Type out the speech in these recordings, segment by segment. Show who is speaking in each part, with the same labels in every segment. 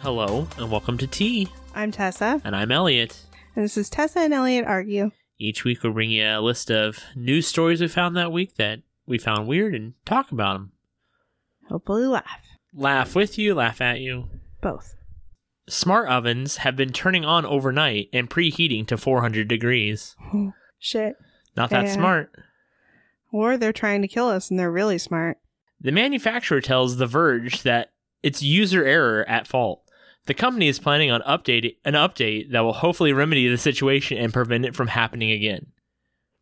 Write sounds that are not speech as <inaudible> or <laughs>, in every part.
Speaker 1: Hello, and welcome to Tea.
Speaker 2: I'm Tessa.
Speaker 1: And I'm Elliot.
Speaker 2: And this is Tessa and Elliot Argue.
Speaker 1: Each week, we'll bring you a list of news stories we found that week that we found weird and talk about them.
Speaker 2: Hopefully, laugh.
Speaker 1: Laugh with you, laugh at you.
Speaker 2: Both.
Speaker 1: Smart ovens have been turning on overnight and preheating to 400 degrees.
Speaker 2: Shit.
Speaker 1: Not that
Speaker 2: Yeah.
Speaker 1: smart.
Speaker 2: Or they're trying to kill us and they're really smart.
Speaker 1: The manufacturer tells The Verge that it's user error at fault. The company is planning on update an update that will hopefully remedy the situation and prevent it from happening again.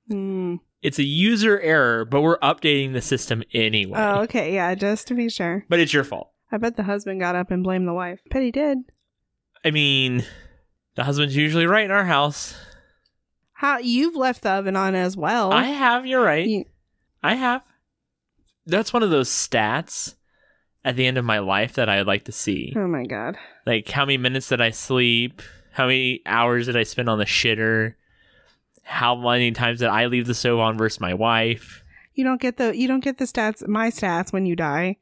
Speaker 2: Hmm.
Speaker 1: It's a user error, but we're updating the system anyway.
Speaker 2: Oh, okay. Yeah, just to be sure.
Speaker 1: But it's your fault.
Speaker 2: I bet the husband got up and blamed the wife. Bet he did.
Speaker 1: I mean, the husband's usually right in our house.
Speaker 2: How you've left the oven on as well.
Speaker 1: I have, you're right.
Speaker 2: Oh. You-
Speaker 1: I have. That's one of those stats at the end of my life that I would like to see.
Speaker 2: oh my god.
Speaker 1: like how many minutes did I sleep, how many hours did I spend on the shitter, how many times did I leave the stove on versus my wife.
Speaker 2: You don't get the you don't get the stats my stats when you die.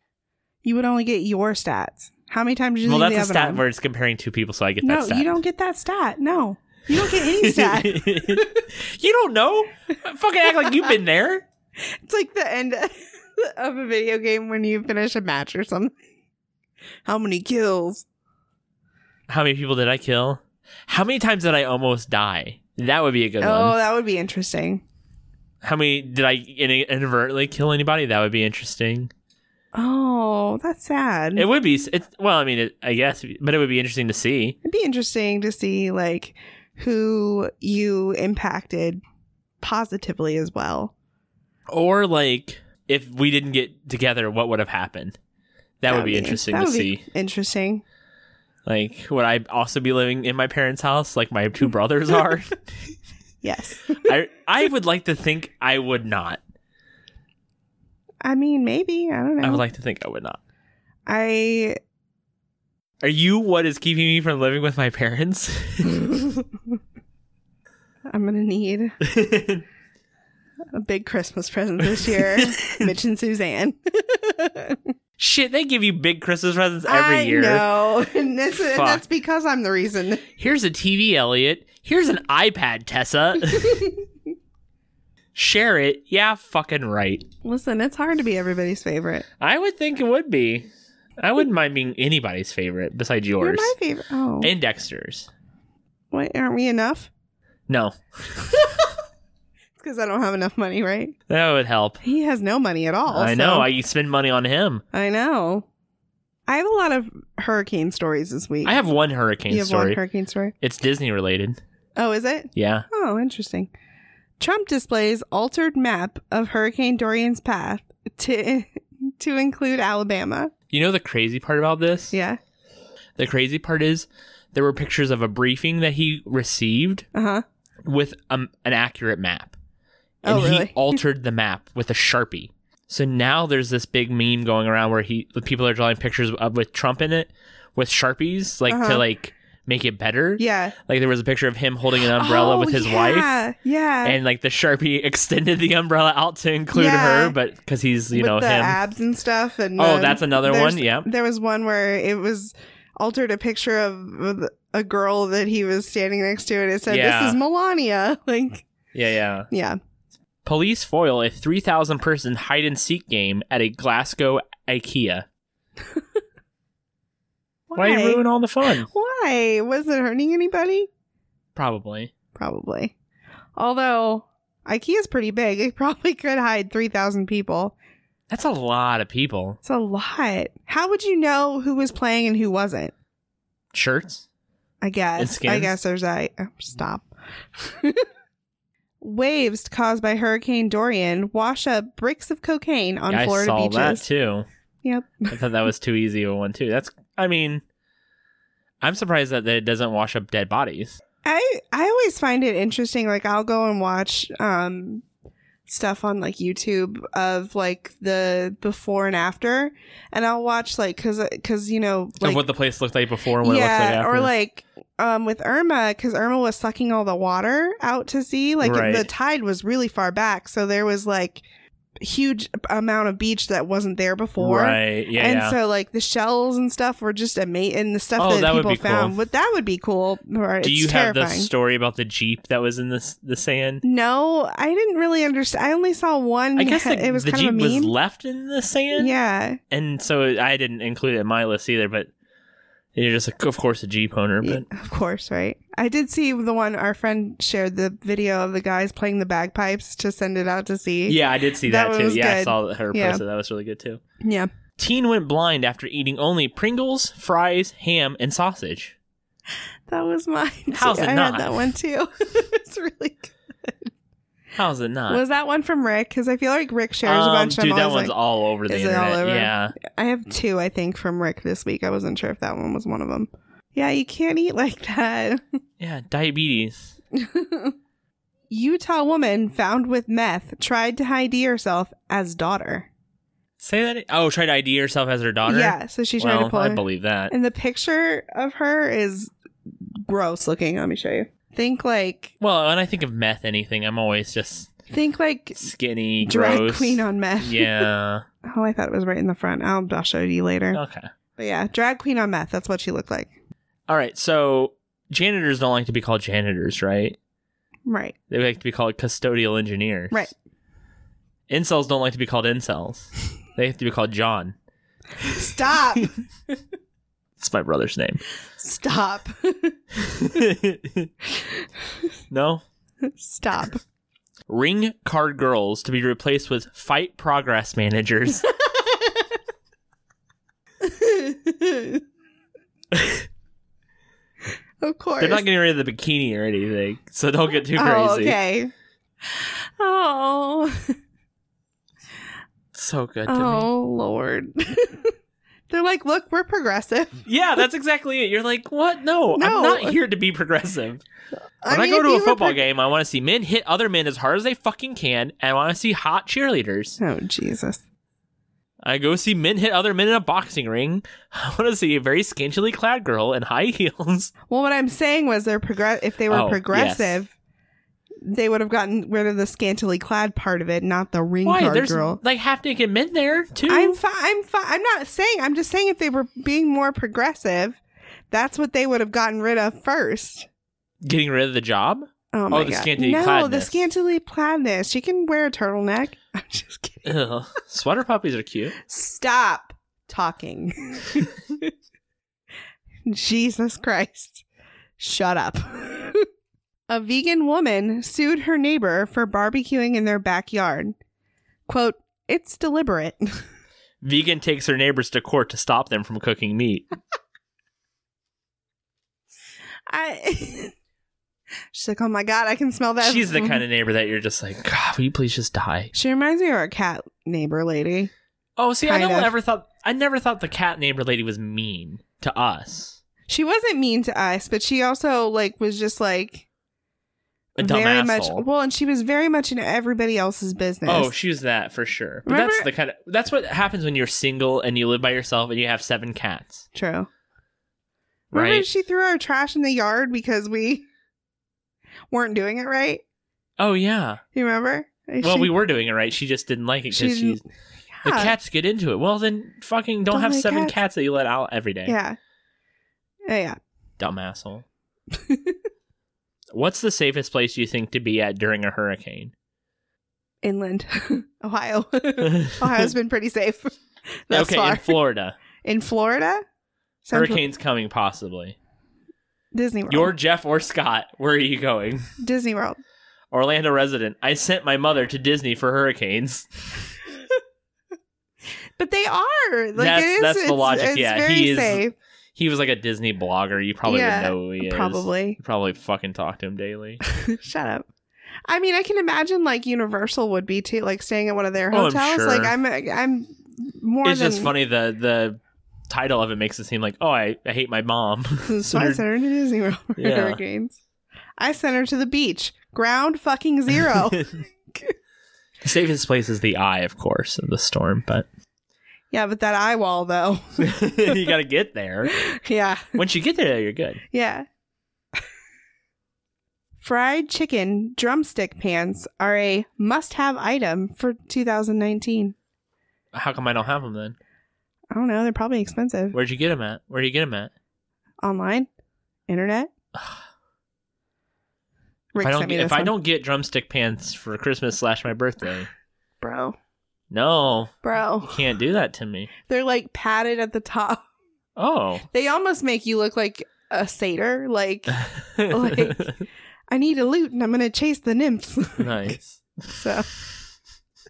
Speaker 2: You would only get your stats. How many times did you
Speaker 1: well,
Speaker 2: leave
Speaker 1: that's a
Speaker 2: the oven
Speaker 1: stat
Speaker 2: on?
Speaker 1: where it's comparing two people, so I get
Speaker 2: no,
Speaker 1: that stat.
Speaker 2: you don't get that stat. No. You don't
Speaker 1: <laughs>
Speaker 2: get any stat.
Speaker 1: you don't know. Fucking act like you've been there.
Speaker 2: It's like the end <laughs> of a video game when you finish a match or something. How many kills?
Speaker 1: How many people did I kill? How many times did I almost die? That would be a good
Speaker 2: oh,
Speaker 1: one.
Speaker 2: that would be interesting.
Speaker 1: How many did I in- inadvertently kill anybody? That would be interesting.
Speaker 2: Oh, that's sad.
Speaker 1: It
Speaker 2: It
Speaker 1: would be. It's, well, I mean, it, I guess, but it would be interesting to see.
Speaker 2: would be interesting to see like who you impacted positively as well.
Speaker 1: Or like if we didn't get together, what would have happened? That, would be interesting
Speaker 2: that
Speaker 1: to
Speaker 2: would
Speaker 1: see.
Speaker 2: be Interesting.
Speaker 1: Like, would I also be living in my parents' house like my
Speaker 2: <laughs>
Speaker 1: two brothers are?
Speaker 2: Yes. <laughs>
Speaker 1: I I would like to think I would not.
Speaker 2: I mean, maybe. I don't know.
Speaker 1: I would like to think I would not.
Speaker 2: I
Speaker 1: Are you what is keeping me from living with my
Speaker 2: <laughs>
Speaker 1: parents?
Speaker 2: I'm going to need a big Christmas present
Speaker 1: <laughs>
Speaker 2: this year. Mitch and Suzanne. <laughs>
Speaker 1: Shit, they give you big Christmas presents every
Speaker 2: I
Speaker 1: year.
Speaker 2: know. <laughs> And that's, and
Speaker 1: Fuck.
Speaker 2: that's because I'm the reason. <laughs>
Speaker 1: Here's a TV, Elliot. Here's an iPad, Tessa. <laughs> Share it. Yeah, fucking right.
Speaker 2: Listen, it's hard to be everybody's favorite.
Speaker 1: I would think it would be. I wouldn't mind being anybody's favorite besides
Speaker 2: You're
Speaker 1: yours
Speaker 2: my favorite. Oh,
Speaker 1: and Dexter's.
Speaker 2: wait, aren't we enough?
Speaker 1: No,
Speaker 2: It's because I don't have enough money, right?
Speaker 1: that would help.
Speaker 2: He has no money at all.
Speaker 1: I
Speaker 2: so-
Speaker 1: know. I spend money on him.
Speaker 2: I know. I have a lot of hurricane stories this week.
Speaker 1: I have one hurricane
Speaker 2: you have
Speaker 1: story.
Speaker 2: one hurricane story.
Speaker 1: it's Disney related.
Speaker 2: Oh, is it?
Speaker 1: Yeah.
Speaker 2: Oh, interesting. Trump displays altered map of Hurricane Dorian's path to <laughs> to include Alabama.
Speaker 1: You know the crazy part about this?
Speaker 2: Yeah.
Speaker 1: The crazy part is there were pictures of a briefing that he received
Speaker 2: Uh huh.
Speaker 1: with um, an accurate map. And
Speaker 2: Oh, really? <laughs>
Speaker 1: he altered the map with a Sharpie. So now there's this big meme going around where he the people are drawing pictures of with Trump in it with Sharpies like to
Speaker 2: Uh-huh.
Speaker 1: like make it better.
Speaker 2: Yeah.
Speaker 1: Like there was a picture of him holding an umbrella with
Speaker 2: Oh,
Speaker 1: his wife
Speaker 2: yeah, Yeah.
Speaker 1: and like the Sharpie <laughs> extended the umbrella out to include
Speaker 2: Yeah.
Speaker 1: her but cuz he's you
Speaker 2: with
Speaker 1: know
Speaker 2: the
Speaker 1: him.
Speaker 2: abs and stuff. And
Speaker 1: Oh,
Speaker 2: um,
Speaker 1: that's another
Speaker 2: there's-
Speaker 1: one, yep.
Speaker 2: there was one where it was altered a picture of a girl that he was standing next to, and it said,
Speaker 1: Yeah.
Speaker 2: "This is Melania." <laughs> Like,
Speaker 1: Yeah, yeah.
Speaker 2: yeah,
Speaker 1: Police foil a 3000 person hide and seek game at a Glasgow IKEA. Why,
Speaker 2: why?
Speaker 1: ruin all the fun?
Speaker 2: Why was it hurting anybody?
Speaker 1: Probably.
Speaker 2: Probably. Although IKEA's pretty big, it probably could hide three thousand people.
Speaker 1: That's a lot of people.
Speaker 2: It's a lot. How would you know who was playing and who wasn't?
Speaker 1: Shirts?
Speaker 2: I guess. I
Speaker 1: skins?
Speaker 2: guess there's a oh, stop. <laughs> Waves caused by Hurricane Dorian wash up bricks of cocaine on
Speaker 1: Yeah, I
Speaker 2: Florida
Speaker 1: saw that
Speaker 2: beaches.
Speaker 1: too.
Speaker 2: Yep.
Speaker 1: I thought that was too easy of a one too. That's I mean I'm surprised that it doesn't wash up dead bodies.
Speaker 2: I I always find it interesting. Like I'll go and watch um stuff on like YouTube of like the before and after, and I'll watch like because because you know
Speaker 1: of
Speaker 2: like
Speaker 1: what the place looked like before and what it looks like after.
Speaker 2: or like um with Irma, because Irma was sucking all the water out to sea. Like
Speaker 1: Right.
Speaker 2: the tide was really far back, so there was like huge amount of beach that wasn't there before.
Speaker 1: Right. Yeah.
Speaker 2: and
Speaker 1: yeah.
Speaker 2: so like the shells and stuff were just amazing and the stuff
Speaker 1: Oh,
Speaker 2: that,
Speaker 1: that would
Speaker 2: people
Speaker 1: be cool.
Speaker 2: found but that would be cool or
Speaker 1: Do
Speaker 2: it's
Speaker 1: you
Speaker 2: terrifying
Speaker 1: have the story about the jeep that was in the s- the sand?
Speaker 2: no i didn't really understand i only saw one
Speaker 1: I guess the,
Speaker 2: Mm, <laughs> it was
Speaker 1: the
Speaker 2: kind
Speaker 1: jeep
Speaker 2: of a
Speaker 1: was
Speaker 2: meme
Speaker 1: left in the sand.
Speaker 2: yeah
Speaker 1: And so I didn't include it in my list either, but you're just like, of course a jeep owner,
Speaker 2: Yeah,
Speaker 1: but
Speaker 2: of course right i did see the one our friend shared the video of the guys playing the bagpipes to send it out to sea
Speaker 1: yeah, I did see
Speaker 2: That
Speaker 1: that,
Speaker 2: one
Speaker 1: too.
Speaker 2: was
Speaker 1: Yeah, I
Speaker 2: good.
Speaker 1: saw her
Speaker 2: Yeah.
Speaker 1: post it. That was really good too.
Speaker 2: yeah
Speaker 1: Teen went blind after eating only Pringles, fries, ham, and sausage.
Speaker 2: that was mine too.
Speaker 1: How's it
Speaker 2: i
Speaker 1: not?
Speaker 2: had that one too <laughs> it's really good.
Speaker 1: How's it not?
Speaker 2: was that one from rick because i feel like rick shares a
Speaker 1: Um,
Speaker 2: bunch of
Speaker 1: dude, that
Speaker 2: always,
Speaker 1: one's
Speaker 2: like,
Speaker 1: all over the
Speaker 2: Is it all
Speaker 1: internet.
Speaker 2: over?
Speaker 1: Yeah,
Speaker 2: I have two, I think, from Rick this week. I wasn't sure if that one was one of them. Yeah, you can't eat like <laughs> that.
Speaker 1: yeah, diabetes.
Speaker 2: Utah woman found with meth tried to ID herself as daughter.
Speaker 1: Say that. Oh, tried to ID herself as her daughter.
Speaker 2: Yeah, so she tried
Speaker 1: well,
Speaker 2: to pull
Speaker 1: I
Speaker 2: her.
Speaker 1: believe that.
Speaker 2: And the picture of her is gross looking. Let me show you. Think like
Speaker 1: Well, when I think of meth, anything, I'm always just
Speaker 2: think like
Speaker 1: skinny,
Speaker 2: drag
Speaker 1: gross.
Speaker 2: queen on meth.
Speaker 1: yeah.
Speaker 2: Oh, I thought it was right in the front. I'll, I'll show you later.
Speaker 1: Okay.
Speaker 2: But yeah, drag queen on meth. That's what she looked like.
Speaker 1: All right. So janitors don't like to be called janitors, right? <laughs>
Speaker 2: Right.
Speaker 1: They like to be called custodial engineers.
Speaker 2: Right.
Speaker 1: Incels don't like to be called
Speaker 2: <laughs>
Speaker 1: incels. they have to be called John.
Speaker 2: Stop.
Speaker 1: It's my brother's name. <laughs>
Speaker 2: Stop.
Speaker 1: no.
Speaker 2: Stop.
Speaker 1: <laughs> Ring card girls to be replaced with fight progress managers.
Speaker 2: of course.
Speaker 1: They're not getting rid of the bikini or anything, so don't get too crazy.
Speaker 2: Oh, okay. Oh,
Speaker 1: So good to me.
Speaker 2: oh Lord. <laughs> They're like, look, we're progressive.
Speaker 1: Yeah, that's exactly it. You're like, what? No,
Speaker 2: No.
Speaker 1: I'm not here to be progressive. When I,
Speaker 2: mean,
Speaker 1: go
Speaker 2: if you
Speaker 1: to a
Speaker 2: were
Speaker 1: football
Speaker 2: pro-
Speaker 1: game, I want to see men hit other men as hard as they fucking can, and I want to see hot cheerleaders.
Speaker 2: Oh Jesus.
Speaker 1: I go see men hit other men in a boxing ring. <laughs> I want to see a very scantily clad girl in high <laughs> heels.
Speaker 2: Well, what I'm saying was, they're progress. If they were
Speaker 1: Oh, yes.
Speaker 2: progressive, they would have gotten rid of the scantily clad part of it, not the ring
Speaker 1: Why?
Speaker 2: card
Speaker 1: There's
Speaker 2: girl.
Speaker 1: like half naked men there too.
Speaker 2: I'm fi- I'm fi- I'm not saying. I'm just saying if they were being more progressive, that's what they would have gotten rid of first.
Speaker 1: Getting rid of the job.
Speaker 2: Oh my
Speaker 1: the
Speaker 2: god!
Speaker 1: scantily
Speaker 2: no, the
Speaker 1: cladness.
Speaker 2: scantily cladness. She can wear a turtleneck. <laughs> I'm just kidding.
Speaker 1: Ugh. Sweater puppies are cute.
Speaker 2: Stop
Speaker 1: <laughs>
Speaker 2: talking. Jesus Christ! Shut up. <laughs> a vegan woman sued her neighbor for barbecuing in their backyard. "Quote: It's deliberate." <laughs>
Speaker 1: Vegan takes her neighbors to court to stop them from cooking
Speaker 2: <laughs>
Speaker 1: meat.
Speaker 2: I. <laughs> She's like, oh my god, I can smell that.
Speaker 1: She's the kind of neighbor that you're just like, God, will you please just die?
Speaker 2: <laughs> She reminds me of our cat neighbor lady.
Speaker 1: Oh, see, I
Speaker 2: Kind
Speaker 1: don't
Speaker 2: of.
Speaker 1: ever thought I never thought the cat neighbor lady was mean to us.
Speaker 2: She wasn't mean to us, but she also like was just like
Speaker 1: A dumb
Speaker 2: very
Speaker 1: asshole.
Speaker 2: much well, and she was very much in everybody else's business.
Speaker 1: Oh, she was that for sure. But that's
Speaker 2: Remember-
Speaker 1: the kind of that's what happens when you're single and you live by yourself and you have seven cats,
Speaker 2: true. Remember
Speaker 1: right?
Speaker 2: she threw our trash in the yard because we weren't doing it right.
Speaker 1: oh yeah.
Speaker 2: You remember? And
Speaker 1: Well,
Speaker 2: she-
Speaker 1: we were doing it right. She just didn't like it
Speaker 2: She
Speaker 1: because she's
Speaker 2: didn't-
Speaker 1: the
Speaker 2: yeah.
Speaker 1: cats get into it. Well, then fucking don't,
Speaker 2: Don't
Speaker 1: have
Speaker 2: like
Speaker 1: seven
Speaker 2: cats.
Speaker 1: cats. that you let out every day.
Speaker 2: yeah, yeah, yeah.
Speaker 1: Dumb
Speaker 2: <laughs>
Speaker 1: asshole. What's the safest place you think to be at during a
Speaker 2: <laughs>
Speaker 1: hurricane?
Speaker 2: Inland, <laughs> Ohio. <laughs> Ohio's
Speaker 1: <laughs> okay,
Speaker 2: been pretty safe <laughs> thus Oh, far.
Speaker 1: in Florida,
Speaker 2: in Florida, <laughs> Central-
Speaker 1: hurricane's coming possibly.
Speaker 2: Disney World.
Speaker 1: You're Jeff or Scott. Where are you going?
Speaker 2: Disney World.
Speaker 1: Orlando resident. I sent my mother to Disney for hurricanes. <laughs>
Speaker 2: But they are. Like,
Speaker 1: That's-
Speaker 2: it is,
Speaker 1: that's the
Speaker 2: it's,
Speaker 1: logic,
Speaker 2: It's
Speaker 1: yeah.
Speaker 2: very
Speaker 1: He is-
Speaker 2: safe,
Speaker 1: He was like a Disney blogger. You probably
Speaker 2: Yeah,
Speaker 1: would know who he is.
Speaker 2: probably. <laughs>
Speaker 1: You probably fucking talk to him daily.
Speaker 2: Shut up. I mean, I can imagine like Universal would be too, like staying at one of their
Speaker 1: Oh, I'm
Speaker 2: hotels. Like
Speaker 1: sure.
Speaker 2: I'm, I'm more
Speaker 1: it's
Speaker 2: than
Speaker 1: just funny the the title of it makes it seem like, oh, I, I hate my
Speaker 2: <laughs>
Speaker 1: mom. <laughs>
Speaker 2: So I sent her to Disney World for
Speaker 1: Yeah.
Speaker 2: hurricanes. I sent her to the beach. Ground
Speaker 1: <laughs>
Speaker 2: fucking zero. <laughs>
Speaker 1: The safest place is the eye, of course, of the storm,
Speaker 2: <laughs>
Speaker 1: but <laughs>
Speaker 2: yeah, but that eye wall though. <laughs>
Speaker 1: you gotta get there.
Speaker 2: yeah,
Speaker 1: Once you get there, you're good.
Speaker 2: yeah. Fried chicken drumstick pans are a must-have item for 2019.
Speaker 1: How come I don't have them then?
Speaker 2: I don't know. They're probably expensive.
Speaker 1: Where'd you get them at? Where'd you get them at?
Speaker 2: Online, internet.
Speaker 1: <sighs>
Speaker 2: Rick
Speaker 1: if I don't
Speaker 2: sent me
Speaker 1: get, if
Speaker 2: this
Speaker 1: I
Speaker 2: one.
Speaker 1: don't get drumstick pants for Christmas slash my birthday,
Speaker 2: bro,
Speaker 1: no, you
Speaker 2: bro,
Speaker 1: can't do that to me.
Speaker 2: they're like padded at the top.
Speaker 1: Oh,
Speaker 2: They almost make you look like a satyr. Like <laughs> Like- I need a loot, and I'm gonna chase the nymphs. <laughs>
Speaker 1: nice.
Speaker 2: so
Speaker 1: <laughs>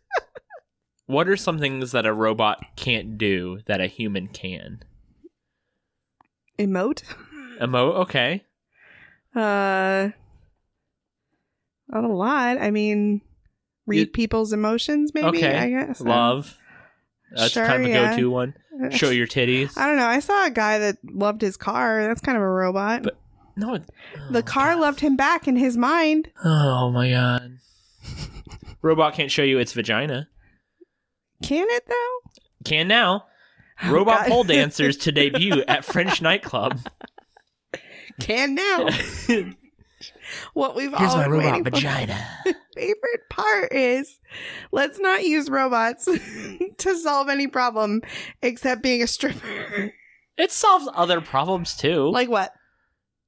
Speaker 1: What are some things that a robot can't do that a human can?
Speaker 2: emote.
Speaker 1: Emo, okay.
Speaker 2: Uh, not a lot. I mean, read
Speaker 1: You-
Speaker 2: people's emotions, maybe.
Speaker 1: Okay.
Speaker 2: I guess
Speaker 1: Love. That's
Speaker 2: Sure,
Speaker 1: kind of a
Speaker 2: yeah.
Speaker 1: go-to one.
Speaker 2: Uh,
Speaker 1: Show your titties.
Speaker 2: <laughs> I don't know. I saw a guy that loved his car. That's kind of a robot.
Speaker 1: But- No, it-
Speaker 2: the
Speaker 1: oh,
Speaker 2: car
Speaker 1: God.
Speaker 2: loved him back in his mind.
Speaker 1: Oh my god. Robot can't show you its vagina.
Speaker 2: Can it though?
Speaker 1: Can now. <laughs>
Speaker 2: Oh,
Speaker 1: Robot
Speaker 2: <laughs> God.
Speaker 1: pole dancers to debut at French nightclub. <laughs>
Speaker 2: Can now.
Speaker 1: Here's
Speaker 2: What we've all been waiting for.
Speaker 1: vagina.
Speaker 2: favorite part is let's not use robots <laughs> to solve any problem except being a stripper.
Speaker 1: It solves other problems too.
Speaker 2: like what?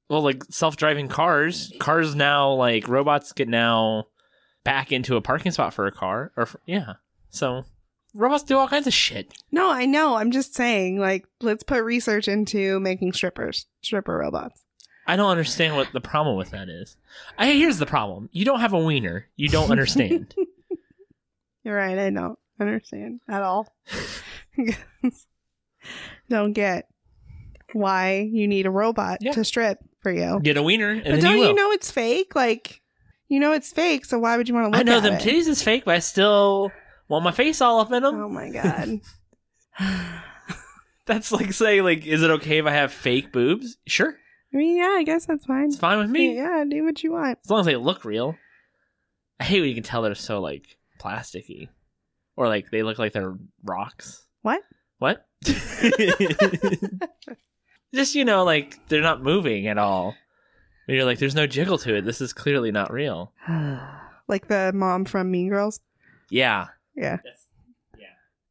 Speaker 1: well, like self-driving cars. Cars now, like robots get now back into a parking spot for a car. Or for, yeah, so robots do all kinds of shit.
Speaker 2: No, I know. I'm just saying, like, let's put research into making strippers, stripper robots.
Speaker 1: I don't understand what the problem with that is. I, here's the problem: you don't have a wiener. You don't understand.
Speaker 2: <laughs> You're right. I don't understand at all. <laughs> don't get why you need a robot
Speaker 1: Yeah.
Speaker 2: to strip for you.
Speaker 1: get a wiener, and
Speaker 2: but
Speaker 1: then
Speaker 2: don't
Speaker 1: you
Speaker 2: you,
Speaker 1: will.
Speaker 2: know it's fake? Like, you know it's fake, so why would you want to look
Speaker 1: I know
Speaker 2: at
Speaker 1: them
Speaker 2: it?
Speaker 1: titties is fake, but I still want my face all up in them. <laughs>
Speaker 2: Oh my god. I
Speaker 1: <sighs> That's like saying, like, is it okay if I have fake boobs? Sure,
Speaker 2: mean, yeah, I guess that's fine.
Speaker 1: it's fine with me
Speaker 2: Yeah, yeah, do what
Speaker 1: <laughs>
Speaker 2: you want.
Speaker 1: as long as they look real. I hate when you can tell they're so like plasticky, or like they look like they're rocks.
Speaker 2: What?
Speaker 1: What? <laughs> Just you know, like they're not moving at all. And You're like, there's no jiggle to it. This is clearly not real.
Speaker 2: like the mom from Mean Girls,
Speaker 1: Yeah.
Speaker 2: Yeah.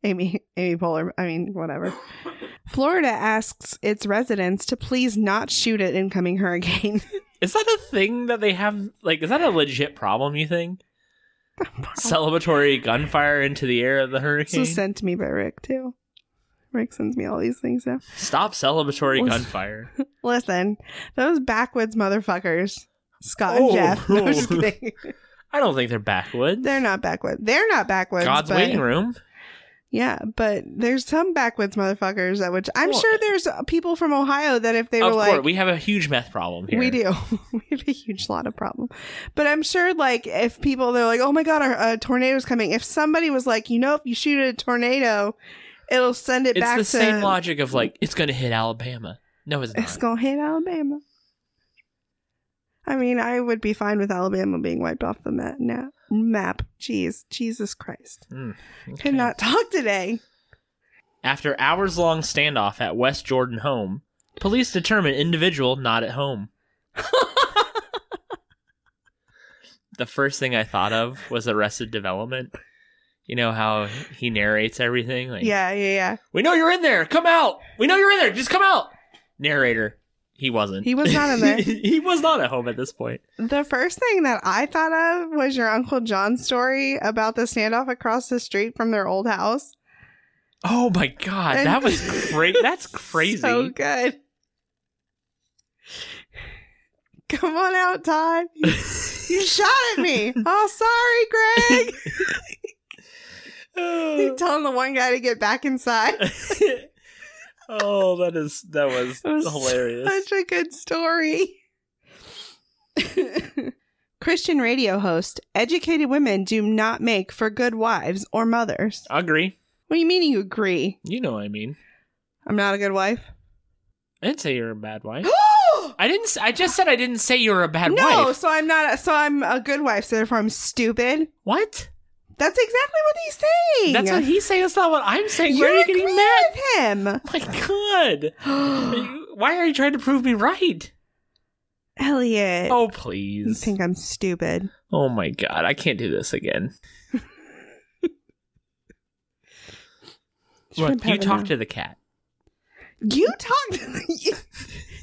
Speaker 2: Amy Amy Poehler. I
Speaker 1: <laughs>
Speaker 2: mean, whatever. Florida asks its residents to please not shoot at incoming hurricane.
Speaker 1: <laughs> Is that a thing that they have? Like, is that a legit problem? You think? Celebratory gunfire into the air of the
Speaker 2: Oh. this was
Speaker 1: hurricane.
Speaker 2: sent to me by Rick too. Rick sends me all these things now.
Speaker 1: Stop celebratory
Speaker 2: Was-
Speaker 1: gunfire.
Speaker 2: Listen, those backwoods motherfuckers, Scott
Speaker 1: Oh. <laughs>
Speaker 2: and Jeff. No, I'm just kidding.
Speaker 1: I don't think they're backwoods.
Speaker 2: They're not backwoods. They're not backwoods.
Speaker 1: God's
Speaker 2: but-
Speaker 1: waiting room.
Speaker 2: Yeah, but there's some backwoods motherfuckers that which I'm
Speaker 1: Well-
Speaker 2: sure there's uh, people from Ohio that if they
Speaker 1: Of
Speaker 2: were
Speaker 1: course,
Speaker 2: like
Speaker 1: we have a huge meth problem here.
Speaker 2: We do. <laughs> we have a huge lot of problem. But I'm sure, like, if people they're like, "Oh my god, a, a tornado's coming!" If somebody was like, "You know, if you shoot at a tornado, it'll send it
Speaker 1: It's
Speaker 2: back
Speaker 1: the
Speaker 2: to
Speaker 1: same logic of like it's going to hit Alabama. No, it's not.
Speaker 2: it's gonna hit Alabama." I mean, I would be fine with Alabama being wiped off the map. Na- map. Jeez, Jesus Christ,
Speaker 1: Okay.
Speaker 2: could not <laughs> talk today.
Speaker 1: After hours long standoff at West Jordan home, police determine individual not at home. <laughs> the first thing I thought of was Arrested Development. You know how he narrates everything? Like,
Speaker 2: Yeah, yeah, yeah.
Speaker 1: We know you're in there. Come out. We know you're in there. Just come out. Narrator. He wasn't.
Speaker 2: He was not in
Speaker 1: <laughs>
Speaker 2: there.
Speaker 1: he was not at home at this point.
Speaker 2: The first thing that I thought of was your Uncle John's story about the standoff across the street from their old house.
Speaker 1: Oh my god,
Speaker 2: And-
Speaker 1: that
Speaker 2: <laughs>
Speaker 1: was great. That's crazy.
Speaker 2: So good. Come on out, Todd. You, you shot at me.
Speaker 1: <laughs>
Speaker 2: Oh, sorry, Greg.
Speaker 1: <laughs>
Speaker 2: <laughs> You're telling the one guy to get back inside.
Speaker 1: <laughs> oh, that is that was,
Speaker 2: It was
Speaker 1: hilarious.
Speaker 2: Such a good story. <laughs> Christian radio host, educated women do not make for good wives or mothers.
Speaker 1: I agree.
Speaker 2: What do you mean you agree?
Speaker 1: You know what I mean.
Speaker 2: I'm not a good wife.
Speaker 1: I didn't say you're a bad wife. <gasps> I didn't. s- I just said <gasps> I didn't say you were a bad
Speaker 2: no,
Speaker 1: wife.
Speaker 2: so I'm not. A, so I'm a good wife. So therefore, I'm stupid.
Speaker 1: What?
Speaker 2: That's exactly what he's saying.
Speaker 1: That's what he's saying. That's not what I'm saying.
Speaker 2: uh, You're
Speaker 1: Why are you getting mad? Oh
Speaker 2: agreeing
Speaker 1: My God.
Speaker 2: with him. <gasps>
Speaker 1: Why are you trying to prove me right?
Speaker 2: Elliot.
Speaker 1: Oh,
Speaker 2: You
Speaker 1: please.
Speaker 2: think I'm stupid.
Speaker 1: Oh my god, I can't do this again.
Speaker 2: Shrimp
Speaker 1: Look, you
Speaker 2: heaven
Speaker 1: talk
Speaker 2: now.
Speaker 1: to the cat.
Speaker 2: You talk. <laughs> you,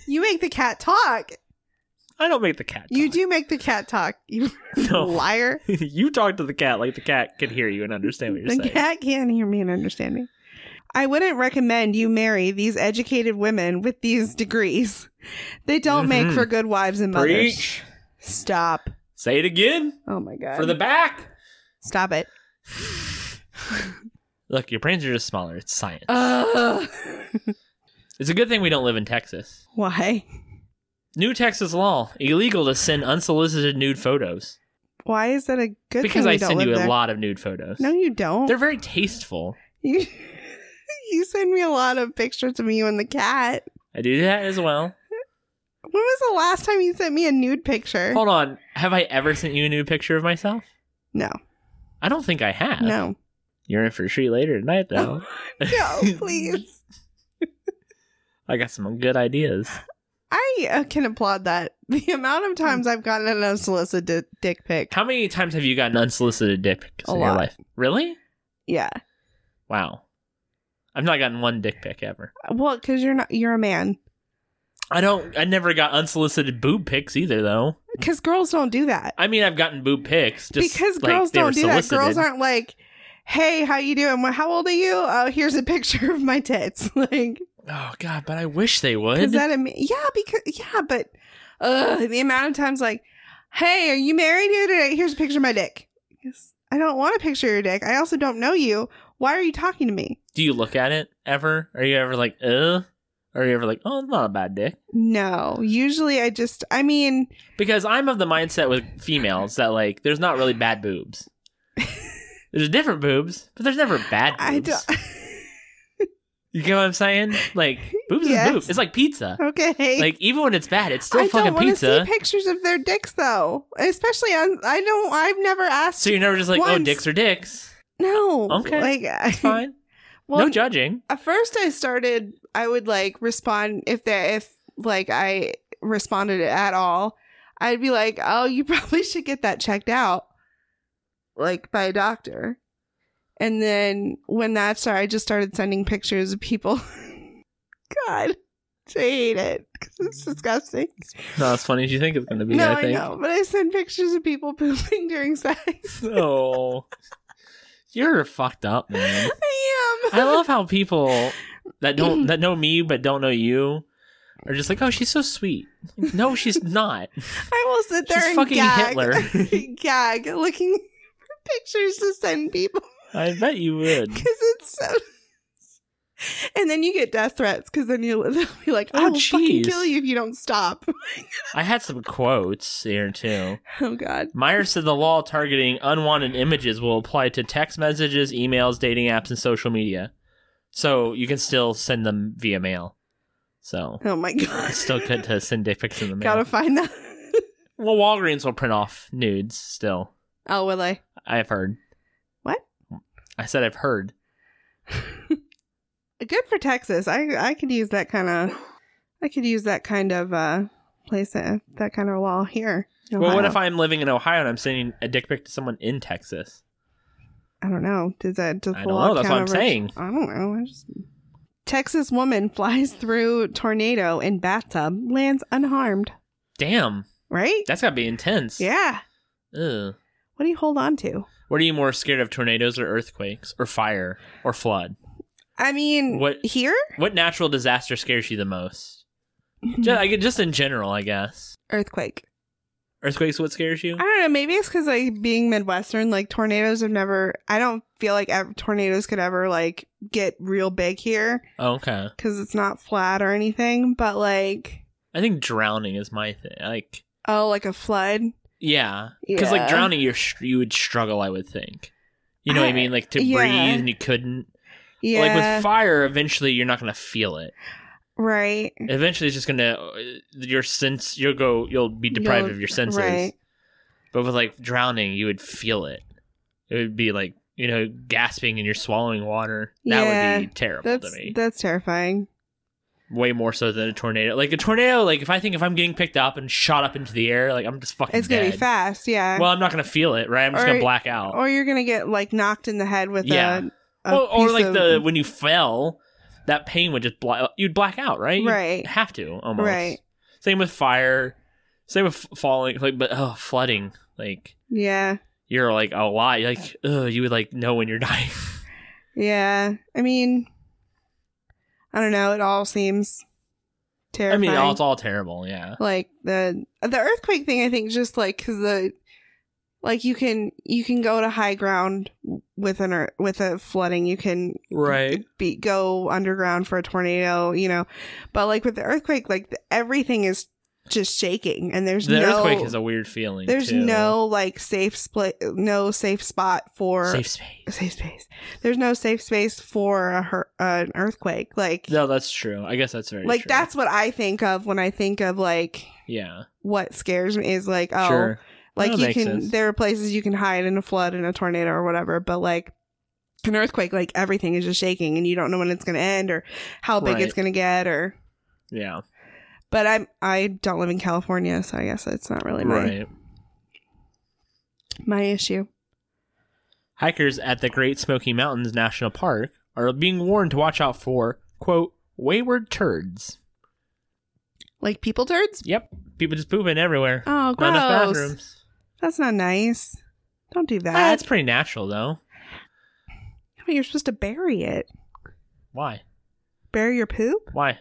Speaker 2: you make the cat talk.
Speaker 1: I don't make the cat.
Speaker 2: You
Speaker 1: talk. <laughs>
Speaker 2: do make the cat talk. You
Speaker 1: No.
Speaker 2: <laughs> liar.
Speaker 1: you talk to the cat like the cat can hear you and understand what you're
Speaker 2: The
Speaker 1: saying.
Speaker 2: cat can't hear me and understand me. I wouldn't recommend you marry these educated women with these degrees. They don't make
Speaker 1: Mhm.
Speaker 2: for good wives and mothers.
Speaker 1: Preach.
Speaker 2: Stop.
Speaker 1: Say it again
Speaker 2: Oh my god.
Speaker 1: for the back.
Speaker 2: Stop it.
Speaker 1: <laughs> Look, your brains are just smaller. It's science.
Speaker 2: Uh, Ugh.
Speaker 1: it's a good thing we don't live in Texas.
Speaker 2: <laughs> Why?
Speaker 1: New Texas law illegal to send unsolicited nude photos
Speaker 2: Why is that a good
Speaker 1: because
Speaker 2: thing? we
Speaker 1: I
Speaker 2: don't
Speaker 1: send
Speaker 2: live
Speaker 1: you a
Speaker 2: there?
Speaker 1: lot of nude photos.
Speaker 2: No, you don't.
Speaker 1: They're very tasteful.
Speaker 2: You, <laughs> you send me a lot of pictures of you and the cat.
Speaker 1: I do that as well.
Speaker 2: When was the last time you sent me a nude picture?
Speaker 1: Hold on. Have I ever sent you a nude picture of myself?
Speaker 2: No,
Speaker 1: I don't think I have. <laughs>
Speaker 2: no,
Speaker 1: You're in for a treat later tonight, though.
Speaker 2: <laughs> no,
Speaker 1: <laughs>
Speaker 2: please.
Speaker 1: I got some good ideas.
Speaker 2: I uh, can applaud that. <laughs> The amount of times I've gotten an unsolicited dick pic.
Speaker 1: How many times have you gotten unsolicited dick pics
Speaker 2: A
Speaker 1: in your
Speaker 2: lot.
Speaker 1: life? Really?
Speaker 2: Yeah.
Speaker 1: Wow. I've not gotten one dick pic ever.
Speaker 2: Well, because you're not, you're a man.
Speaker 1: I don't. I never got unsolicited boob pics either, though.
Speaker 2: Because girls don't do that.
Speaker 1: I mean, I've gotten boob pics just
Speaker 2: because
Speaker 1: like,
Speaker 2: girls
Speaker 1: they were
Speaker 2: don't do that.
Speaker 1: solicited.
Speaker 2: Girls aren't like, hey, how you doing? Well, How old are you? Oh, here's a <laughs> picture of my tits. <laughs> Like,
Speaker 1: Oh God, but I wish they would.
Speaker 2: Is that a ma- yeah? Because yeah, but uh, the amount of times like, hey, are you married here today? Here's a picture of my dick. Yes. I don't want a picture of your dick. I also don't know you. Why are you talking to me?
Speaker 1: do you look at it ever? Are you ever like, uh? Are you ever like, oh, it's not a bad dick?
Speaker 2: No. Usually, I just. I mean,
Speaker 1: Because I'm of the mindset with females that like, there's not really bad boobs.
Speaker 2: <laughs>
Speaker 1: there's different boobs, but there's never bad boobs.
Speaker 2: I don't. <laughs>
Speaker 1: You get what I'm saying? Like boobs
Speaker 2: Yes.
Speaker 1: is boobs. It's like pizza.
Speaker 2: okay.
Speaker 1: Like even when it's bad, it's still
Speaker 2: I don't
Speaker 1: fucking
Speaker 2: want to
Speaker 1: pizza.
Speaker 2: see pictures of their dicks though. Especially on. I don't. I've never asked.
Speaker 1: so you're never just like, oh,
Speaker 2: Once.
Speaker 1: dicks are dicks.
Speaker 2: no.
Speaker 1: Okay.
Speaker 2: Like I-
Speaker 1: It's fine.
Speaker 2: <laughs> Well,
Speaker 1: no judging.
Speaker 2: at first i started i would like respond if there if like i responded at all i'd be like oh you <laughs> probably should get that checked out like by a doctor and then when that started i just started sending pictures of people <laughs> god i hate it 'cause it's disgusting
Speaker 1: Not as funny as you think it's gonna be.
Speaker 2: no
Speaker 1: I
Speaker 2: I,
Speaker 1: think. <laughs>
Speaker 2: know but i send pictures of people <laughs> pooping during sex
Speaker 1: Oh, you're fucked up, man.
Speaker 2: <laughs> i am
Speaker 1: Mm-hmm. I love how people that don't that know me but don't know you are just like, oh, she's so sweet. No,
Speaker 2: <laughs>
Speaker 1: she's not.
Speaker 2: I will sit there
Speaker 1: She's
Speaker 2: and
Speaker 1: fucking
Speaker 2: gag,
Speaker 1: Hitler. <laughs>
Speaker 2: <laughs> gag, looking for pictures to send people
Speaker 1: I bet you would.
Speaker 2: because it's so. And then you get death threats because then you <laughs> they'll be like, "I
Speaker 1: Oh,
Speaker 2: will fucking
Speaker 1: jeez.
Speaker 2: kill you if you don't stop." <laughs>
Speaker 1: I had some quotes here too.
Speaker 2: Oh God,
Speaker 1: Meyer said the law targeting unwanted images will apply to text messages, emails, dating apps, and social media. So you can still send them via mail. So
Speaker 2: oh my God,
Speaker 1: it's still
Speaker 2: <laughs>
Speaker 1: good to send dick pics in the mail.
Speaker 2: Gotta find that. <laughs>
Speaker 1: well, Walgreens will print off nudes still.
Speaker 2: oh, will I? <laughs>
Speaker 1: I've heard.
Speaker 2: What?
Speaker 1: I said I've heard.
Speaker 2: Good for Texas. I I could use that kind of. I could use that kind of uh place that, that kind of wall here. in
Speaker 1: Well, what
Speaker 2: Ohio.
Speaker 1: if I'm living in Ohio and I'm sending a dick pic to someone in Texas?
Speaker 2: I don't know. Does that does
Speaker 1: I
Speaker 2: the
Speaker 1: don't
Speaker 2: law
Speaker 1: know. That's
Speaker 2: count
Speaker 1: what I'm
Speaker 2: over-
Speaker 1: saying.
Speaker 2: I don't know. I just Texas woman <laughs> flies through tornado in bathtub, lands unharmed.
Speaker 1: Damn,
Speaker 2: Right?
Speaker 1: that's gotta be intense.
Speaker 2: Yeah.
Speaker 1: Ugh.
Speaker 2: What do you hold on to?
Speaker 1: What are you more scared of, tornadoes or earthquakes or fire or flood?
Speaker 2: I mean,
Speaker 1: What-
Speaker 2: here?
Speaker 1: What natural disaster scares you the most? <laughs>
Speaker 2: Hmm.
Speaker 1: Just, I guess- just in general, I guess.
Speaker 2: <laughs> Earthquake.
Speaker 1: Earthquakes, what scares you?
Speaker 2: I don't know. Maybe it's because like being Midwestern, like tornadoes have never. I don't feel like ever, tornadoes could ever like get real big here
Speaker 1: Oh, okay.
Speaker 2: because it's not flat or anything. But like,
Speaker 1: I think drowning is my thing. Like,
Speaker 2: oh, like a flood.
Speaker 1: yeah, because
Speaker 2: Yeah.
Speaker 1: like drowning, you are you would struggle. I would think. You know what I
Speaker 2: I-
Speaker 1: mean? Like to
Speaker 2: yeah.
Speaker 1: breathe and you couldn't.
Speaker 2: Yeah.
Speaker 1: Like with fire, eventually you're not gonna feel it.
Speaker 2: right.
Speaker 1: Eventually, it's just gonna uh, your sense. You'll go. You'll be deprived
Speaker 2: You'll-
Speaker 1: of your senses.
Speaker 2: Right.
Speaker 1: But with like drowning, you would feel it. It would be like you know gasping and you're swallowing water. That would
Speaker 2: Yeah,
Speaker 1: be terrible
Speaker 2: That's
Speaker 1: to me.
Speaker 2: that's terrifying.
Speaker 1: way more so than a tornado. Like a tornado, like if I think if I'm getting picked up and shot up into the air, like I'm just fucking.
Speaker 2: It's gonna
Speaker 1: dead.
Speaker 2: be fast, yeah.
Speaker 1: Well, I'm not gonna feel it, right? I'm just
Speaker 2: Or-
Speaker 1: gonna black out.
Speaker 2: or you're gonna get like knocked in the head with
Speaker 1: Yeah.
Speaker 2: a, a
Speaker 1: Well, or
Speaker 2: piece
Speaker 1: like
Speaker 2: of-
Speaker 1: the when you fell, that pain would just bla- you'd black out, right? You'd
Speaker 2: Right.
Speaker 1: have to almost.
Speaker 2: Right.
Speaker 1: Same with fire. Same with f- falling, like but oh, flooding. Like
Speaker 2: yeah
Speaker 1: you're like a lot. Like ugh, you would like know when you're <laughs> dying.
Speaker 2: yeah. I mean, I don't know. It all seems
Speaker 1: I
Speaker 2: terrifying.
Speaker 1: mean, all, it's all terrible. Yeah.
Speaker 2: like the the earthquake thing. I think just like because the like you can you can go to high ground with an ear- with a flooding. You can
Speaker 1: Right.
Speaker 2: be go underground for a tornado. You know, but like with the earthquake, like the, everything is just shaking and there's
Speaker 1: The
Speaker 2: no
Speaker 1: earthquake is a weird feeling.
Speaker 2: There's
Speaker 1: too.
Speaker 2: no like safe split, no safe spot for
Speaker 1: safe space.
Speaker 2: safe space. There's no safe space for a hur- an earthquake. Like,
Speaker 1: No, that's true. I guess that's very
Speaker 2: like
Speaker 1: true.
Speaker 2: that's what I think of when I think of like
Speaker 1: yeah.
Speaker 2: what scares me is like oh,
Speaker 1: sure.
Speaker 2: like
Speaker 1: That
Speaker 2: you
Speaker 1: makes
Speaker 2: can
Speaker 1: sense.
Speaker 2: there are places you can hide in a flood and a tornado or whatever, but like an earthquake, like everything is just shaking and you don't know when it's going to end or how big
Speaker 1: Right.
Speaker 2: it's going to get or.
Speaker 1: Yeah.
Speaker 2: But I'm I don't live in California, so I guess it's not really my
Speaker 1: Right.
Speaker 2: my issue.
Speaker 1: Hikers at the Great Smoky Mountains National Park are being warned to watch out for, quote, wayward turds.
Speaker 2: Like people turds.
Speaker 1: Yep. People just pooping everywhere.
Speaker 2: Oh,
Speaker 1: Not enough
Speaker 2: gross.
Speaker 1: bathrooms.
Speaker 2: That's not nice. Don't do
Speaker 1: Ah,
Speaker 2: that.
Speaker 1: that's pretty natural, though.
Speaker 2: But You're supposed to bury it.
Speaker 1: Why?
Speaker 2: Bury your poop?
Speaker 1: Why?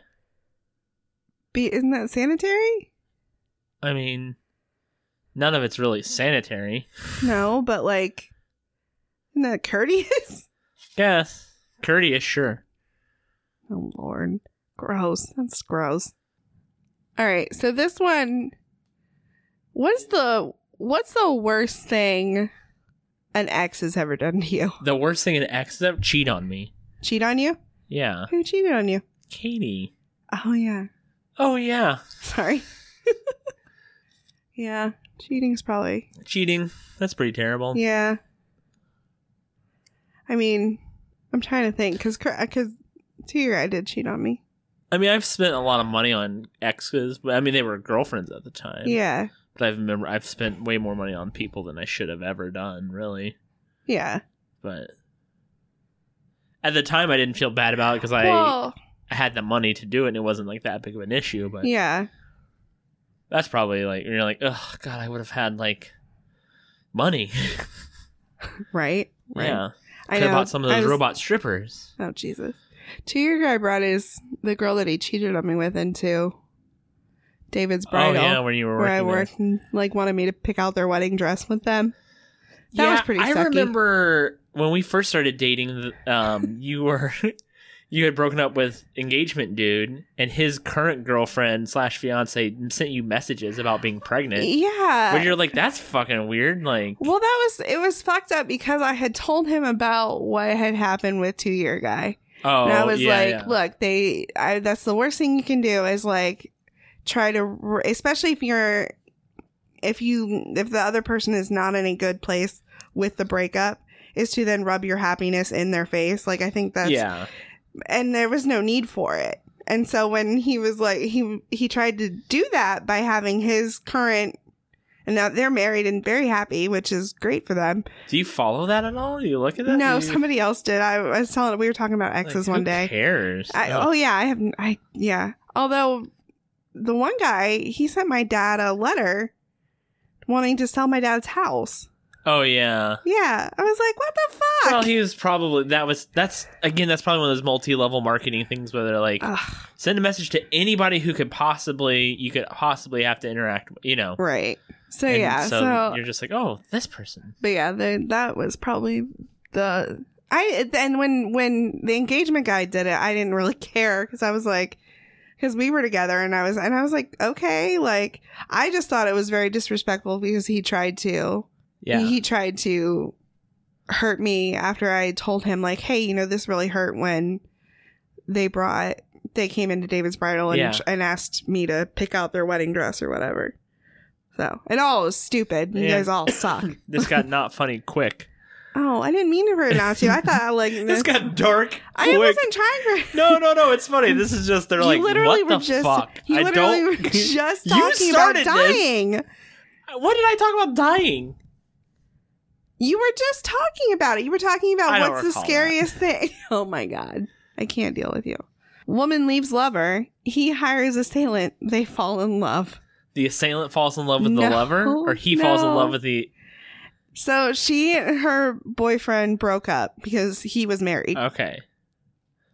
Speaker 2: Be isn't that sanitary? <sighs>
Speaker 1: I mean, none of it's really sanitary.
Speaker 2: No, but like isn't that courteous? <laughs>
Speaker 1: Yes. Courteous, sure.
Speaker 2: Oh lord. Gross. That's gross. Alright, so this one what's the what's the worst thing an ex has ever done to you?
Speaker 1: The worst thing in X is cheat on me.
Speaker 2: Cheat on you?
Speaker 1: Yeah.
Speaker 2: Who cheated on you?
Speaker 1: Katie.
Speaker 2: Oh yeah.
Speaker 1: Oh, yeah.
Speaker 2: Sorry. <laughs> yeah. Cheating's probably
Speaker 1: Cheating. That's pretty terrible.
Speaker 2: Yeah. I mean, I'm trying to think because because T I did cheat on me.
Speaker 1: I mean, I've spent a lot of money on exes, but I mean, they were girlfriends at the time.
Speaker 2: Yeah,
Speaker 1: But I've remember I've spent way more money on people than I should have ever done, really.
Speaker 2: yeah.
Speaker 1: But at the time, I didn't feel bad about it because I
Speaker 2: well,
Speaker 1: had the money to do it, and it wasn't like that big of an issue. But
Speaker 2: yeah,
Speaker 1: that's probably like you're like, oh god, I would have had like money. <laughs>
Speaker 2: right, right.
Speaker 1: Yeah,
Speaker 2: I
Speaker 1: could have
Speaker 2: know.
Speaker 1: bought some of
Speaker 2: I
Speaker 1: those
Speaker 2: was-
Speaker 1: robot strippers.
Speaker 2: Oh Jesus! Two year guy brought his the girl that he cheated on me with into David's
Speaker 1: oh
Speaker 2: bridal.
Speaker 1: yeah, when you were
Speaker 2: Where
Speaker 1: working
Speaker 2: I
Speaker 1: there.
Speaker 2: worked and like wanted me to pick out their wedding dress with them. That was pretty
Speaker 1: I
Speaker 2: sucky.
Speaker 1: remember when we first started dating.
Speaker 2: <laughs>
Speaker 1: Um, you were <laughs> you had broken up with engagement dude, and his current girlfriend slash fiance sent you messages about being pregnant.
Speaker 2: Yeah.
Speaker 1: When you're like, that's fucking weird. Like,
Speaker 2: Well, that was it was fucked up because I had told him about what had happened with two year guy,
Speaker 1: oh,
Speaker 2: and I was
Speaker 1: yeah,
Speaker 2: like,
Speaker 1: yeah.
Speaker 2: "Look, they I, that's the worst thing you can do is like try to, re- especially if you're if you if the other person is not in a good place with the breakup." Is to then rub your happiness in their face. Like, I think that's,
Speaker 1: yeah,
Speaker 2: and there was no need for it. And so when he was like, he, he tried to do that by having his current, and now they're married and very happy, which is great for them.
Speaker 1: do you follow that at all? Do you look at that?
Speaker 2: No,
Speaker 1: Do you,
Speaker 2: somebody else did. I was telling. We were talking about
Speaker 1: like,
Speaker 2: exes
Speaker 1: who
Speaker 2: one day.
Speaker 1: Cares?
Speaker 2: I,
Speaker 1: Ugh.
Speaker 2: oh yeah, I have. I yeah. Although the one guy, he sent my dad a letter wanting to sell my dad's house.
Speaker 1: oh yeah.
Speaker 2: Yeah, I was like, what the fuck?
Speaker 1: Well, he was probably that was that's again that's probably one of those multi-level marketing things where they're like,
Speaker 2: Ugh,
Speaker 1: send a message to anybody who could possibly you could possibly have to interact with you know
Speaker 2: right. So
Speaker 1: And
Speaker 2: yeah. So,
Speaker 1: you're just like oh this person
Speaker 2: but yeah, the, that was probably the. I and when when the engagement guy did it, I didn't really <laughs> care because I was like, because we were together and I was and I was like, okay, like I just thought it was very disrespectful because he tried to
Speaker 1: yeah
Speaker 2: he tried to hurt me after I told him like, "Hey, you know this really hurt when they brought they came into David's bridal and
Speaker 1: Yeah.
Speaker 2: and asked me to pick out their wedding dress or whatever." So, and all was stupid. You
Speaker 1: Yeah. <coughs>
Speaker 2: guys all suck.
Speaker 1: this got not funny quick
Speaker 2: Oh, I didn't mean to pronounce you. I thought
Speaker 1: <laughs>
Speaker 2: like
Speaker 1: This
Speaker 2: <laughs> this.
Speaker 1: got dark.
Speaker 2: I
Speaker 1: quick.
Speaker 2: wasn't trying for.
Speaker 1: No, no, no. It's funny. This is just they're
Speaker 2: you
Speaker 1: like,
Speaker 2: literally
Speaker 1: what
Speaker 2: were
Speaker 1: the
Speaker 2: just.
Speaker 1: fuck?
Speaker 2: You
Speaker 1: I
Speaker 2: literally
Speaker 1: don't. <laughs>
Speaker 2: were just
Speaker 1: You
Speaker 2: talking about
Speaker 1: started this.
Speaker 2: dying.
Speaker 1: What did I talk about dying?
Speaker 2: You were just talking about it. You were talking
Speaker 1: I
Speaker 2: about
Speaker 1: don't
Speaker 2: what's the
Speaker 1: recall that.
Speaker 2: scariest thing. <laughs> Oh my God. I can't deal with you. Woman leaves lover. He hires assailant. They fall in love.
Speaker 1: The assailant falls in love with the
Speaker 2: No,
Speaker 1: lover, or he falls in
Speaker 2: no.
Speaker 1: love with the.
Speaker 2: So she and her boyfriend broke up because he was married.
Speaker 1: Okay.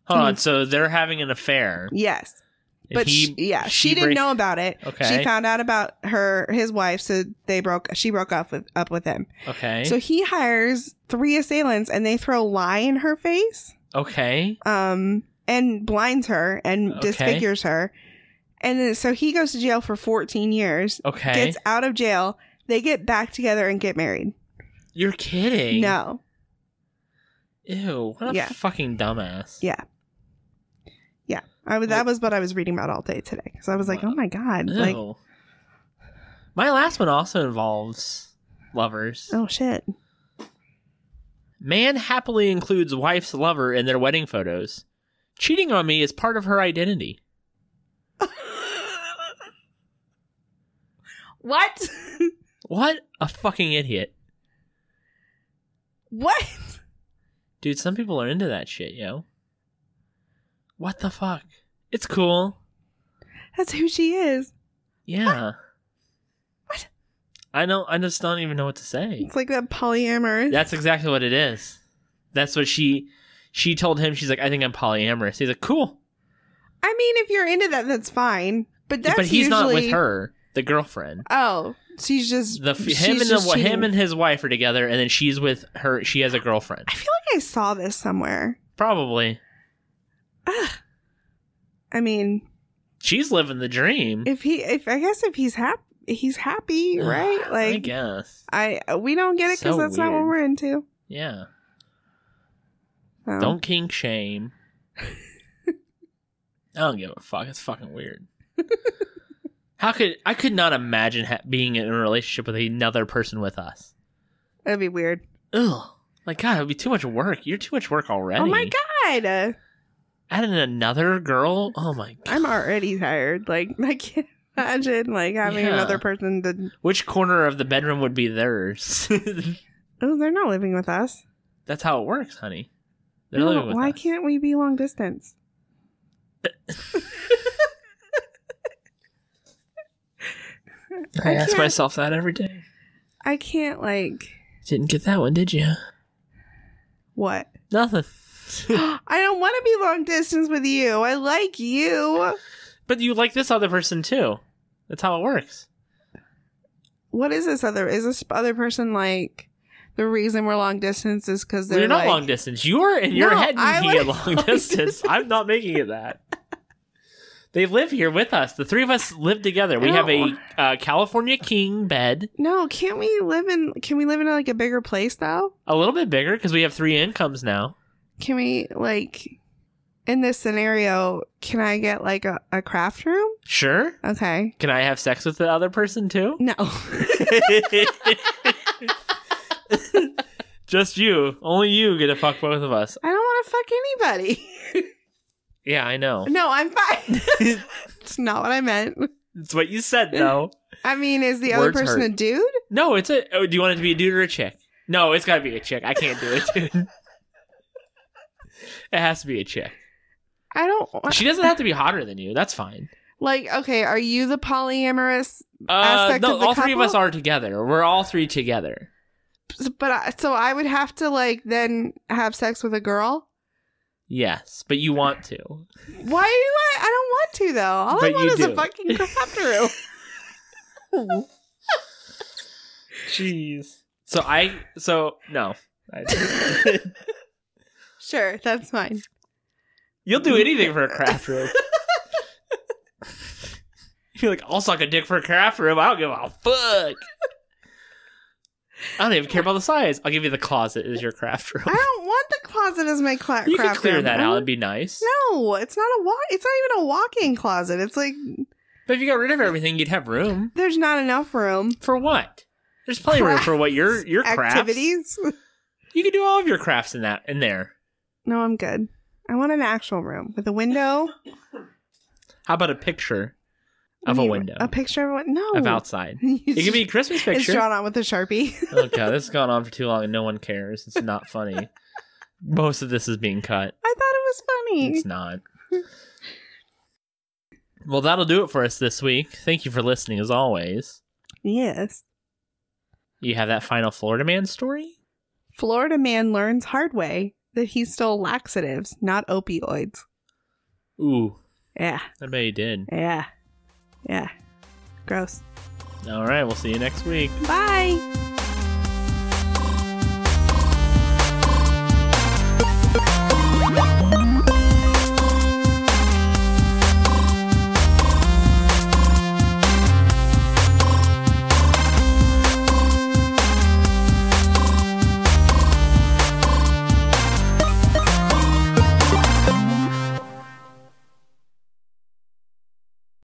Speaker 1: Hold on. So they're having an affair.
Speaker 2: yes.
Speaker 1: and
Speaker 2: But
Speaker 1: he-
Speaker 2: sh yeah, she, didn't
Speaker 1: break-
Speaker 2: know about it.
Speaker 1: Okay.
Speaker 2: She found out about her his wife, so they broke she broke up with up with him.
Speaker 1: Okay.
Speaker 2: So he hires three assailants and they throw lye in her face.
Speaker 1: okay.
Speaker 2: um, and blinds her and
Speaker 1: Okay.
Speaker 2: disfigures her. And then, so he goes to jail for 14 years,
Speaker 1: Okay.
Speaker 2: gets out of jail. They get back together and get married.
Speaker 1: You're kidding.
Speaker 2: No.
Speaker 1: Ew. What a
Speaker 2: Yeah.
Speaker 1: fucking dumbass.
Speaker 2: Yeah. I, was- that was what I was reading about all day today. Because I was like, oh my God. Like,
Speaker 1: Ew. My last one also involves lovers.
Speaker 2: oh shit.
Speaker 1: Man happily includes wife's lover in their wedding photos. Cheating on me is part of her identity.
Speaker 2: <laughs> what?
Speaker 1: What a fucking idiot.
Speaker 2: what?
Speaker 1: Dude, some people are into that shit, yo. What the fuck? It's cool.
Speaker 2: That's who she is.
Speaker 1: Yeah.
Speaker 2: What?
Speaker 1: I know I just don't even know what to say.
Speaker 2: It's like that polyamorous.
Speaker 1: That's exactly what it is. That's what she she told him, she's like, I think I'm polyamorous. He's like, Cool.
Speaker 2: I mean, if you're into that, that's fine. But that's
Speaker 1: but he's
Speaker 2: usually...
Speaker 1: not with her, the girlfriend.
Speaker 2: Oh, she's just
Speaker 1: The f-
Speaker 2: she's
Speaker 1: him and
Speaker 2: just
Speaker 1: the,
Speaker 2: cheating.
Speaker 1: him and his wife are together, and then she's with her. She has a girlfriend,
Speaker 2: I feel like I saw this somewhere.
Speaker 1: probably.
Speaker 2: I mean,
Speaker 1: She's living the dream,
Speaker 2: if he if i guess if he's happy he's happy right
Speaker 1: I
Speaker 2: like
Speaker 1: guess,
Speaker 2: i, we don't get it because
Speaker 1: So
Speaker 2: that's not what
Speaker 1: weird.
Speaker 2: we're into
Speaker 1: yeah.
Speaker 2: So,
Speaker 1: Don't kink shame. I don't give a fuck. It's fucking
Speaker 2: <laughs>
Speaker 1: weird. How could I could not imagine ha- being in a relationship with another person with us?
Speaker 2: that'd be weird
Speaker 1: Ugh. Like God, it would be too much work. You're too much work already.
Speaker 2: oh my god uh,
Speaker 1: Adding another girl. Oh my god.
Speaker 2: i'm already tired like <laughs> i can't imagine like having
Speaker 1: Yeah.
Speaker 2: another person to
Speaker 1: Which corner of the bedroom would be theirs? <laughs>
Speaker 2: oh they're not living with us
Speaker 1: That's how it works, honey. They're
Speaker 2: no,
Speaker 1: living with
Speaker 2: why
Speaker 1: us.
Speaker 2: can't we be long distance
Speaker 1: I,
Speaker 2: I
Speaker 1: ask
Speaker 2: can't-
Speaker 1: myself that every day.
Speaker 2: i can't like
Speaker 1: Didn't get that one, did you? <gasps>
Speaker 2: what <gasps>
Speaker 1: Nothing. <laughs>
Speaker 2: i don't want to be long distance with you i like you
Speaker 1: but you like this other person too. That's how it works.
Speaker 2: what is this other is this other person like the reason we're long distance is because they're
Speaker 1: You're not
Speaker 2: like,
Speaker 1: long distance. You're in your
Speaker 2: No,
Speaker 1: head
Speaker 2: I
Speaker 1: making it
Speaker 2: like
Speaker 1: long
Speaker 2: long
Speaker 1: distance. I'm not making it that. They live here with us. The three of us live together. We have a
Speaker 2: No.
Speaker 1: uh, California king bed,
Speaker 2: No, can't we live in? Can we live in like a bigger place though?
Speaker 1: a little bit bigger because we have three incomes now.
Speaker 2: Can we like, in this scenario, can I get like a, a craft room?
Speaker 1: Sure.
Speaker 2: Okay,
Speaker 1: Can I have sex with the other person
Speaker 2: <laughs>
Speaker 1: too?
Speaker 2: no,
Speaker 1: Just you. Only you get to fuck both of us.
Speaker 2: I don't want to fuck anybody. <laughs>
Speaker 1: Yeah, I know.
Speaker 2: no, I'm fine. <laughs> it's not what I meant.
Speaker 1: It's what you said though.
Speaker 2: I mean, is the other
Speaker 1: Words
Speaker 2: person a
Speaker 1: hurt.
Speaker 2: dude?
Speaker 1: No, it's a. Oh, do you want it to be a dude or a chick? No, it's got to be a chick. I can't do it,
Speaker 2: <laughs>
Speaker 1: dude. it has to be a chick.
Speaker 2: I don't want,
Speaker 1: She doesn't have to be hotter than you. That's fine.
Speaker 2: like. Okay, are you the polyamorous?
Speaker 1: Uh,
Speaker 2: Aspect
Speaker 1: no,
Speaker 2: of the
Speaker 1: all three of us
Speaker 2: couple?
Speaker 1: are together. We're all three together.
Speaker 2: But I, so I would have to like then have sex with a girl.
Speaker 1: Yes, but you want to.
Speaker 2: Why do I? I don't want to though. All
Speaker 1: But
Speaker 2: I want
Speaker 1: you
Speaker 2: is
Speaker 1: do.
Speaker 2: a fucking craft room.
Speaker 1: <laughs> Jeez. So I. So no. I-
Speaker 2: sure, that's fine.
Speaker 1: <laughs> You'll do anything for a craft <laughs> room. You're like, I'll suck a dick for a craft room. I don't give a fuck. I don't even care about the size. I'll give you the closet as your craft room.
Speaker 2: I don't want the closet as my cla-
Speaker 1: You can
Speaker 2: craft
Speaker 1: clear
Speaker 2: room.
Speaker 1: that
Speaker 2: I
Speaker 1: out.
Speaker 2: don't-
Speaker 1: It'd be nice.
Speaker 2: No, it's not a walk. It's not even a walk-in closet. It's like
Speaker 1: But if you got rid of everything, you'd have room
Speaker 2: there's not enough room. <laughs>
Speaker 1: for what? There's plenty of room for what your your crafts.
Speaker 2: activities.
Speaker 1: You can do all of your crafts in that in there.
Speaker 2: No, I'm good. I want an actual room with a window
Speaker 1: How about a picture <laughs>
Speaker 2: What
Speaker 1: of
Speaker 2: do
Speaker 1: a
Speaker 2: you-
Speaker 1: window
Speaker 2: A picture of a window. No.
Speaker 1: of outside?
Speaker 2: <laughs> You
Speaker 1: It
Speaker 2: just-
Speaker 1: could be a Christmas
Speaker 2: It's
Speaker 1: picture.
Speaker 2: drawn on with a sharpie. <laughs>
Speaker 1: oh god, this has gone on for too long and no one cares. It's not funny. Most of this is being cut.
Speaker 2: I thought it was funny.
Speaker 1: It's not. well, that'll do it for us this week. Thank you for listening as always.
Speaker 2: Yes.
Speaker 1: You have that final Florida man story?
Speaker 2: Florida man learns hard way that he stole laxatives, not opioids.
Speaker 1: Ooh,
Speaker 2: Yeah.
Speaker 1: I bet you did.
Speaker 2: Yeah. Yeah. Gross.
Speaker 1: All right, we'll see you next week.
Speaker 2: Bye.